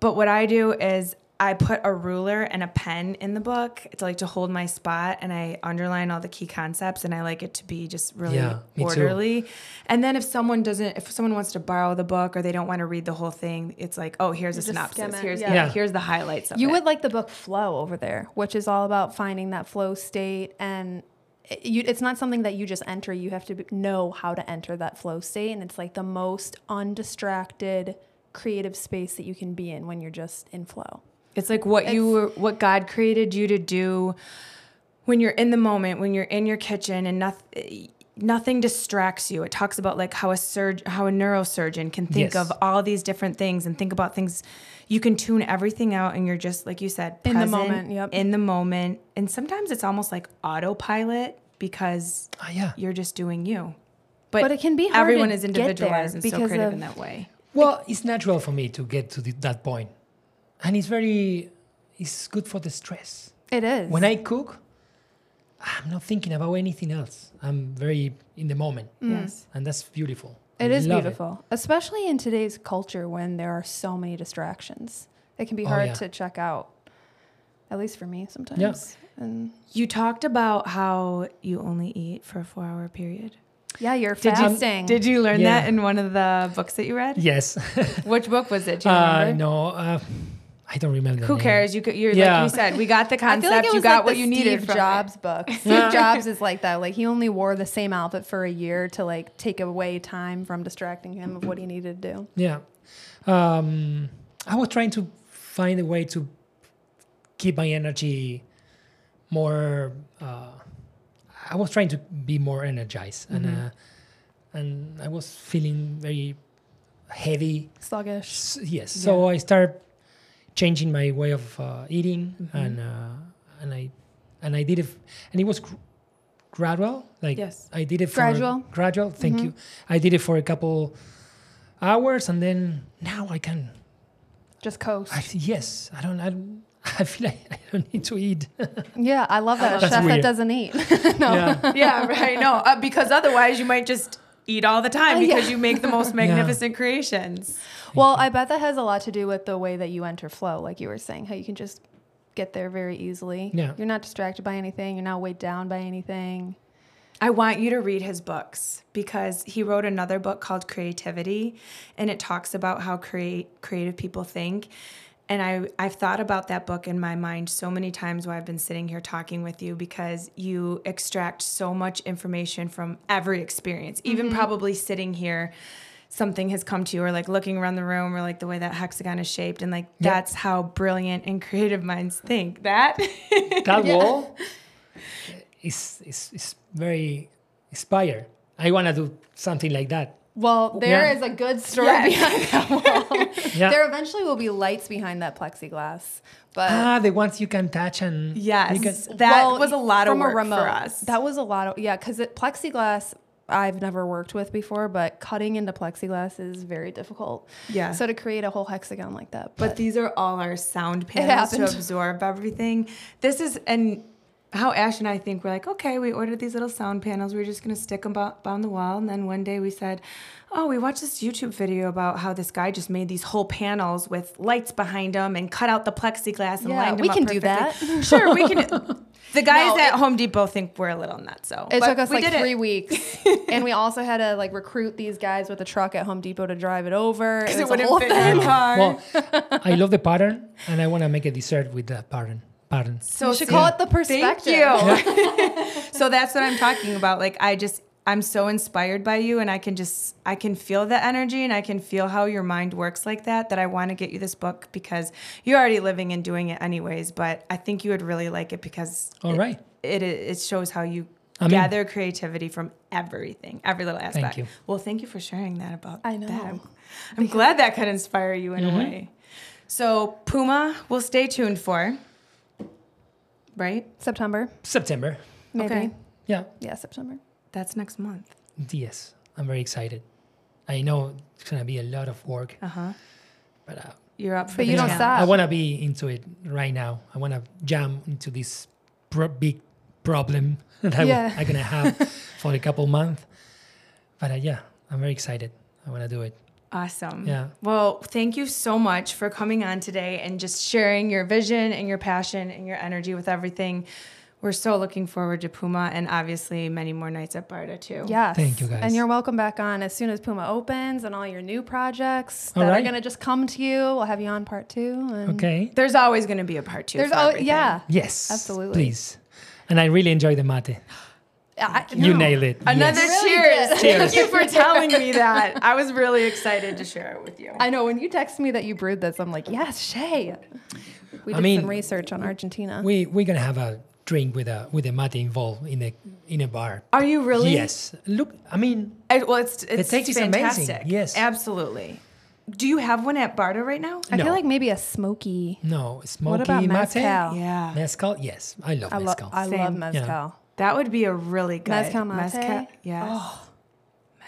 But what I do is I put a ruler and a pen in the book to like to hold my spot and I underline all the key concepts and I like it to be just really Yeah, me too. orderly. And then if someone doesn't if someone wants to borrow the book or they don't want to read the whole thing, it's like, oh, here's a just skim synopsis. it, Here's yeah. Yeah. here's the highlights of You it. would like the book Flow over there, which is all about finding that flow state. And it, you, it's not something that you just enter, you have to be, know how to enter that flow state. And it's like the most undistracted creative space that you can be in when you're just in flow. It's like what you It's- were, what God created you to do when you're in the moment, when you're in your kitchen and nothing nothing distracts you. It talks about like how a surge how a neurosurgeon can think Yes. of all these different things and think about things you can tune everything out and you're just like you said In the present, moment, yep. in the moment. And sometimes it's almost like autopilot because Ah, yeah. you're just doing you. But it can be hard everyone to is get there individualized and so because creative of- in that way. Well, it's natural for me to get to the, that point, and it's very, it's good for the stress. It is. When I cook, I'm not thinking about anything else. I'm very in the moment, Mm. Yes. and that's beautiful. It I is love beautiful, especially in today's culture when there are so many distractions. It can be Oh, hard yeah. to check out, at least for me sometimes. And You talked about how you only eat for a 4-hour period. yeah, you're Did you- fasting. Did you learn Yeah. that in one of the books that you read? Yes. Which book was it? Do you Uh, remember? no, uh, I don't remember. the Who name. cares? You could, you're Yeah. like you said, we got the I feel concept. like it you was got like what the you Steve needed from it. Jobs book. Steve Jobs is like that. Like he only wore the same outfit for a year to like take away time from distracting him of what he needed to do. Yeah. Um, I was trying to find a way to keep my energy more. Uh, I was trying to be more energized, and uh, and I was feeling very heavy. Sluggish. S- Yes. So I started changing my way of uh, eating, and uh, and I and I did it, f- and it was gr- gradual. Like Yes. I did it for Gradual. Gradual. Thank you. I did it for a couple hours, and then now I can. Just coast. I, yes, I don't. I, don't- I feel like I don't need to eat. yeah, I love that. A That's chef that weird. doesn't eat. Yeah. yeah, right. No, uh, because otherwise you might just eat all the time Uh, yeah. because you make the most magnificent creations. well, I bet that has a lot to do with the way that you enter flow, like you were saying, how you can just get there very easily. Yeah. You're not distracted by anything. You're not weighed down by anything. I want you to read his books because he wrote another book called Creativity and it talks about how create creative people think. And I, I've thought about that book in my mind so many times while I've been sitting here talking with you because you extract so much information from every experience, even Mm-hmm. probably sitting here. Something has come to you, or like looking around the room, or like the way that hexagon is shaped, and like that's how brilliant and creative minds think. That that wall is, is is very inspired. I want to do something like that. Well, there Yeah. is a good story Yes. behind that wall. Yeah. There eventually will be lights behind that plexiglass, but ah, the ones you can touch and you can, yes, that Well, was a lot of from work for us. That was a lot of yeah, because plexiglass I've never worked with before, but cutting into plexiglass is very difficult. Yeah. So to create a whole hexagon like that, But but, these are all our sound panels to happened. absorb everything. This is and how Ash and I think we're like, okay, we ordered these little sound panels. We are just gonna stick them on the wall. And then one day we said, oh, we watched this YouTube video about how this guy just made these whole panels with lights behind them and cut out the plexiglass and Yeah, lined them we up can do perfectly. sure, we can. The guys No, at it- Home Depot think we're a little nutso. it but took us we like did it. three weeks, and we also had to like recruit these guys with a truck at Home Depot to drive it over. It Because was it a whole wouldn't fit thing. in the car. Well, I love the pattern, and I want to make a dessert with that pattern. Pattern. so You should call it the Thank perspective. you. so that's what I'm talking about. Like I just I'm so inspired by you and I can just I can feel the energy and I can feel how your mind works like that that I want to get you this book because you're already living and doing it anyways, but I think you would really like it because All right. it it shows how you I'm in. gather creativity from everything, every little aspect. you. Well, thank you for sharing that about I know. that. I'm, I'm glad that could inspire you in Mm-hmm. a way. So Puma, we'll stay tuned for right? September, September. maybe. Okay. Yeah. Yeah, September. That's next month. Yes. I'm very excited. I know it's gonna be a lot of work, Uh huh. but uh, You're up for But the you don't challenge. stop. I want to be into it right now. I want to jam into this pro- big problem that I Yeah. am gonna have for a couple months. But uh, yeah, I'm very excited. I want to do it. Awesome. Yeah. Well, thank you so much for coming on today and just sharing your vision and your passion and your energy with everything. We're so looking forward to Puma and obviously many more nights at Barda too. Yes. Thank you, guys. And you're welcome back on as soon as Puma opens and all your new projects All that are right. going to just come to you. We'll have you on part two. And Okay. There's always going to be a part two. There's, for oh, everything. yeah. Yes. Absolutely. Please. And I really enjoy the mate. I, You nailed it. Another Yes. cheers. did. Thank you for telling me that. I was really excited to share it with you. I know when you text me that you brewed this, I'm like, yes, Shay. We did I mean, some research on Argentina. We we're gonna have a drink with a with a mate involved in a in a bar. Are you really? Yes. Look, I mean, I, well, it's it's taste is fantastic. amazing. Yes. absolutely. Do you have one at Barda right now? I feel no. like maybe a smoky. no smoky What about mate. mezcal? Yeah. Mezcal, yes, I love I, lo- mezcal. I Same. love Yeah. mezcal. That would be a really good Mezcal mate? Oh. yes.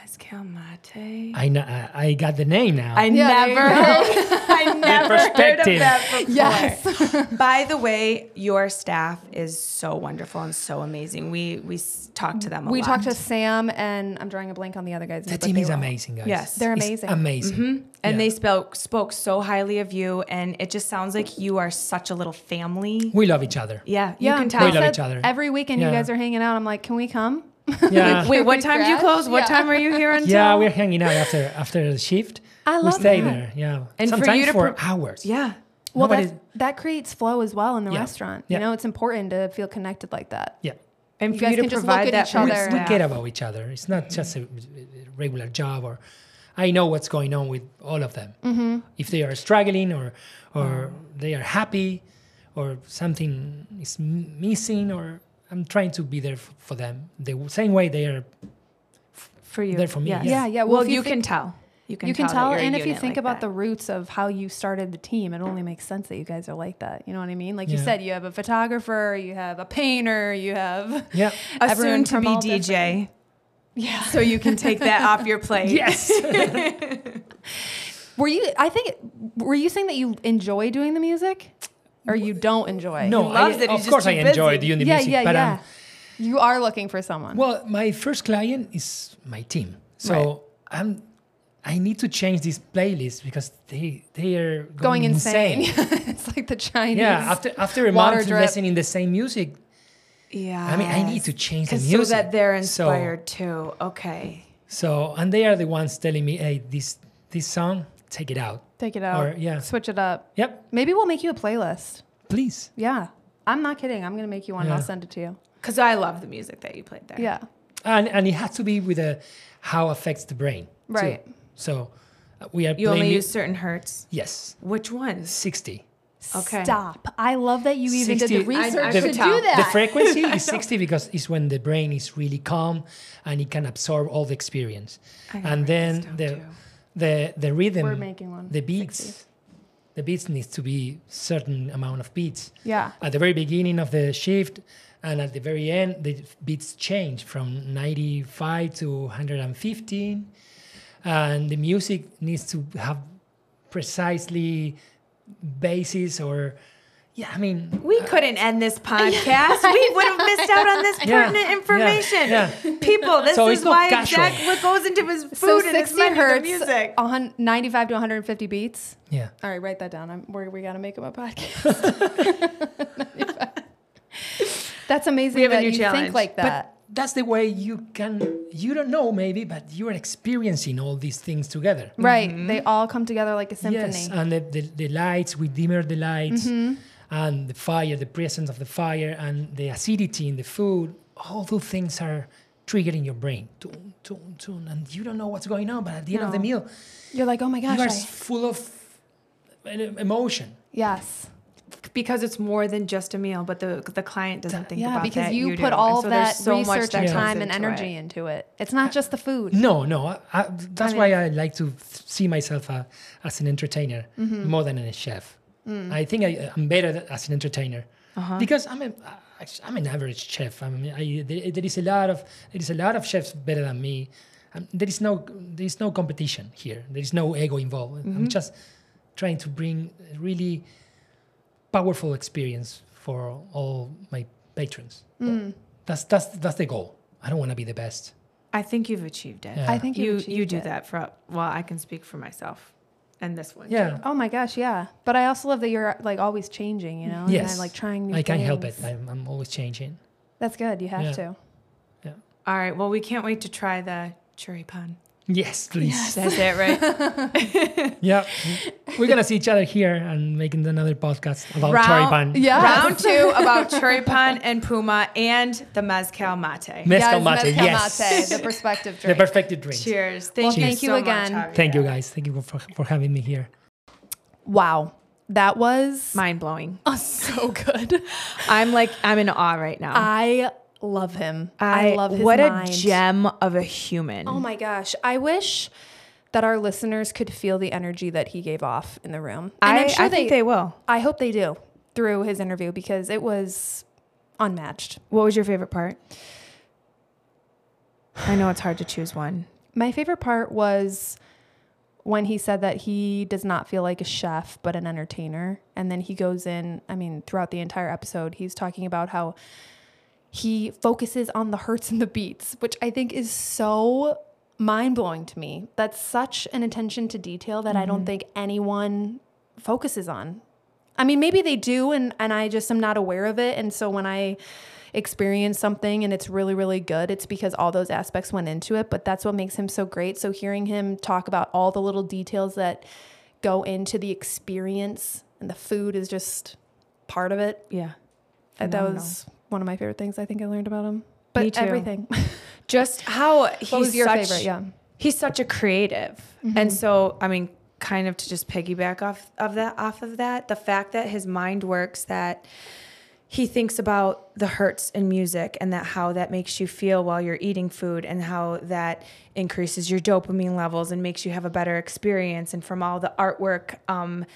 Mezcal mate. I know, I, I got the name now. I Yeah, there never, you I never heard of perspective. that before. Yes. By the way, your staff is so wonderful and so amazing. We we s- talk to them. A We lot. talked to Sam, and I'm drawing a blank on the other guy's name. the but team they is were- amazing, guys. Yes. They're It's amazing. Mm-hmm. amazing. and Yeah. they spoke spoke so highly of you, and it just sounds like you are such a little family. we love each other. Yeah, you Yeah, can they tell. We love said each other. Every weekend you Yeah. guys are hanging out. I'm like, can we come? Yeah. Wait, what time do you Crash? close? What Yeah. time are you here until? yeah, we're hanging out after after the shift. I love We stay that. there. Yeah. And for Sometimes you to for pro- hours. Yeah. Well, Nobody- that, that creates flow as well in the Yeah. restaurant. Yeah. You know, it's important to feel connected like that. yeah. And You for guys you to can just look provide at that each for your other. we staff. care about each other. It's not just a a regular job or I know what's going on with all of them. Mm-hmm. If they are struggling or or they are happy or something is m- missing or I'm trying to be there f- for them. The w- same way they are for you. There for me, yes. Yeah, yeah. Well, if you, think- can tell. You can you can that tell, you're a and if you unit think like about that. the roots of how you started the team, it only makes sense that you guys are like that. You know what I mean? Like you Yeah. said, you have a photographer, you have a painter, you have yeah. a everyone soon to from be all DJ. yeah. So you can take that off your plate. Yes. Were you? I think were you saying that you enjoy doing the music, or you don't enjoy? no, I, loves it, he's of just course I too enjoy busy. doing the yeah, music, yeah, but yeah. um, you are looking for someone. Well, my first client is my team, so I'm. I need to change this playlist because they they are going, going insane. it's like the Chinese. Yeah, after after a water month drip. listening the same music, Yeah. I mean, I need to change the so music that they're So- inspired too. Okay. So, and they are the ones telling me, "Hey, this this song, take it out." Take it out. Or, yeah. Switch it up. Yep, Maybe we'll make you a playlist. please. Yeah. I'm not kidding. I'm gonna make you one. and I'll Yeah. send it to you. Because I love the music that you played there. Yeah. And and it has to be with a how affects the brain, too. Right. So, uh, we are You playing. only mu- use certain hertz. yes, Which ones? sixty. Okay. Stop. I love that you even did the 60 I- I research could to tell. do The The that. frequency is 60 because it's when the brain is really calm and it can absorb all the experience. I gotta And write then this down, the, too. the the rhythm, We're making one, the beats, 60. the beats needs to be certain amount of beats. yeah. At the very beginning of the shift and at the very end, the beats change from 95 to 115, and the music needs to have precisely bases or yeah, I mean We couldn't end this podcast. we would have missed out on this Yeah, pertinent yeah, information. yeah. People, this So is it's not why casual. Jack what goes into his food So and his 60 menu, the hertz, music. 100 95 to 150 beats. yeah. All right, write that down. I'm, we're, we got to make up a podcast. That's amazing We have a that new you challenge. think like that. But that's the way you can, you don't know maybe, but you are experiencing all these things together. right. They all come together like a symphony. Mm-hmm. Yes, Uh, and the, the, the lights, we dimmer the lights, and the fire, the presence of the fire, and the acidity in the food, all those things are triggering your brain. Tun, tun, tun, and you don't know what's going on, but at the end of the No. meal, You're like, oh my gosh. you are I- full of an emotion. yes. because it's more than just a meal, but the the client doesn't think Yeah, about because that. you, do. put And all so of there's that so much research that and goes time and into energy it. into it. It's not just the food. No, no. I, I, that's mean- why I like to f- see myself uh, as an entertainer Mm-hmm. more than a chef. Mm. I think I, I'm better th- as an entertainer Uh-huh. Uh-huh. because I'm a, I- I'm an average chef. I mean, I, there, there is a lot of there is a lot of chefs better than me. Um, there is no there is no competition here. There is no ego involved. Mm-hmm. I'm just trying to bring a really powerful experience for all my patrons. Mm. Mm. That's that's that's the goal. I don't want to be the best. I think you've achieved it. Yeah. I think you you you do that. that for well. I can speak for myself, and this one. Yeah. Oh my gosh, yeah. But I also love that you're like always changing, you know? and Yes. I like trying new I can't help it. things. I'm, I'm always changing. That's good. You have Yeah. to. All right. Well, we can't wait to try the cherry pan. Yes, please. That's it, right? yeah. We're going to see each other here and making another podcast about Round- cherry pan. Yeah. Round two about cherry pan and puma and the mezcal mate. Mezcal Yes, mate. mezcal yes. mate, the perspective The drink. perfected drink. Cheers. Thank Well, you. thank you so again. Much, Javier. Thank you guys. Thank you for, for having me here. wow. That was Mind blowing. oh, so good. I'm like I'm in awe right now. I love him. Uh, I, love his what mind. a gem of a human. Oh my gosh. I wish that our listeners could feel the energy that he gave off in the room. And I, am sure I think they will. I hope they do through his interview because it was unmatched. What was your favorite part? I know it's hard to choose one. My favorite part was when he said that he does not feel like a chef but an entertainer. And then he goes in, I mean, throughout the entire episode, he's talking about how he focuses on the hurts and the beats, which I think is so mind blowing to me. That's such an attention to detail that I don't think anyone focuses on. I mean, maybe they do, and, and I just am not aware of it. And so when I experience something and it's really, really good, it's because all those aspects went into it. But that's what makes him so great. So hearing him talk about all the little details that go into the experience and the food is just part of it. Yeah. Uh, That Phenomenal. was one of my favorite things I think I learned about him. But Me too. everything. Just how he's what was your such, favorite? Yeah. he's such a creative and so i mean kind of to just piggyback off of that off of that the fact that his mind works that he thinks about the hurts in music and that how that makes you feel while you're eating food and how that increases your dopamine levels and makes you have a better experience and from all the artwork um,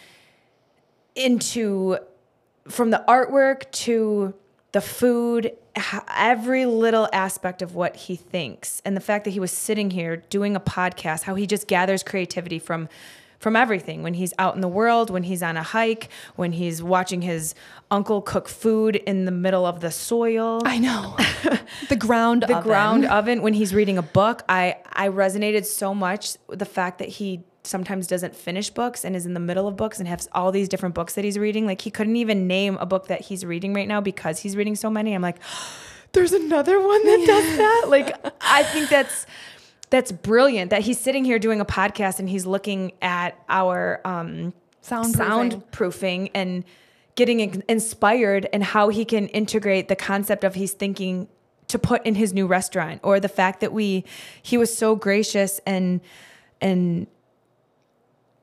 into from the artwork to the food, h- every little aspect of what he thinks, and the fact that he was sitting here doing a podcast, how he just gathers creativity from from everything when he's out in the world, when he's on a hike, when he's watching his uncle cook food in the middle of the soil I know. the ground the oven. ground oven when he's reading a book i i resonated so much with the fact that he sometimes doesn't finish books and is in the middle of books and has all these different books that he's reading like he couldn't even name a book that he's reading right now because he's reading so many i'm like there's another one that does that like i think that's that's brilliant that he's sitting here doing a podcast and he's looking at our um Sound soundproofing and getting in- inspired and how he can integrate the concept of he's thinking to put in his new restaurant or the fact that we he was so gracious and and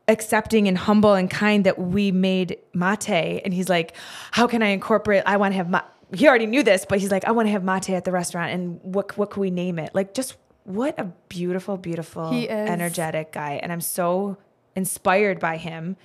accepting and humble and kind that we made mate and he's like how can i incorporate i want to have ma-. he already knew this but he's like i want to have mate at the restaurant and what what can we name it like just what a beautiful beautiful He is. energetic guy and i'm so inspired by him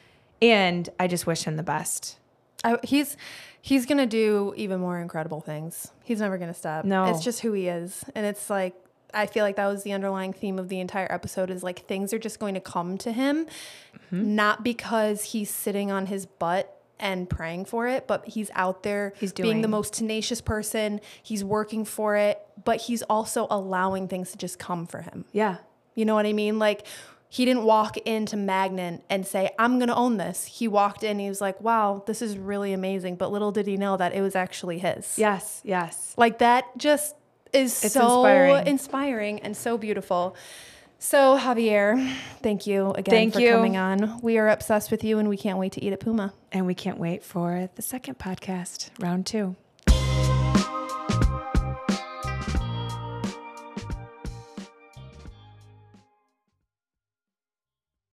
and i just wish him the best I, he's he's gonna do even more incredible things. He's never gonna stop. No. it's just who he is, and it's like I feel like that was the underlying theme of the entire episode is like things are just going to come to him, Mm-hmm. not because he's sitting on his butt and praying for it, but he's out there He's being the doing. most tenacious person. He's working for it, but he's also allowing things to just come for him. yeah You know what I mean? Like he didn't walk into Magnon and say, I'm gonna own this. He walked in, he was like, Wow, this is really amazing. But little did he know that it was actually his. yes yes Like that just is It's so inspiring. inspiring. and so beautiful. So Javier, thank you again Thank for you. coming on. We are obsessed with you and we can't wait to eat at Puma. and we can't wait for the second podcast round two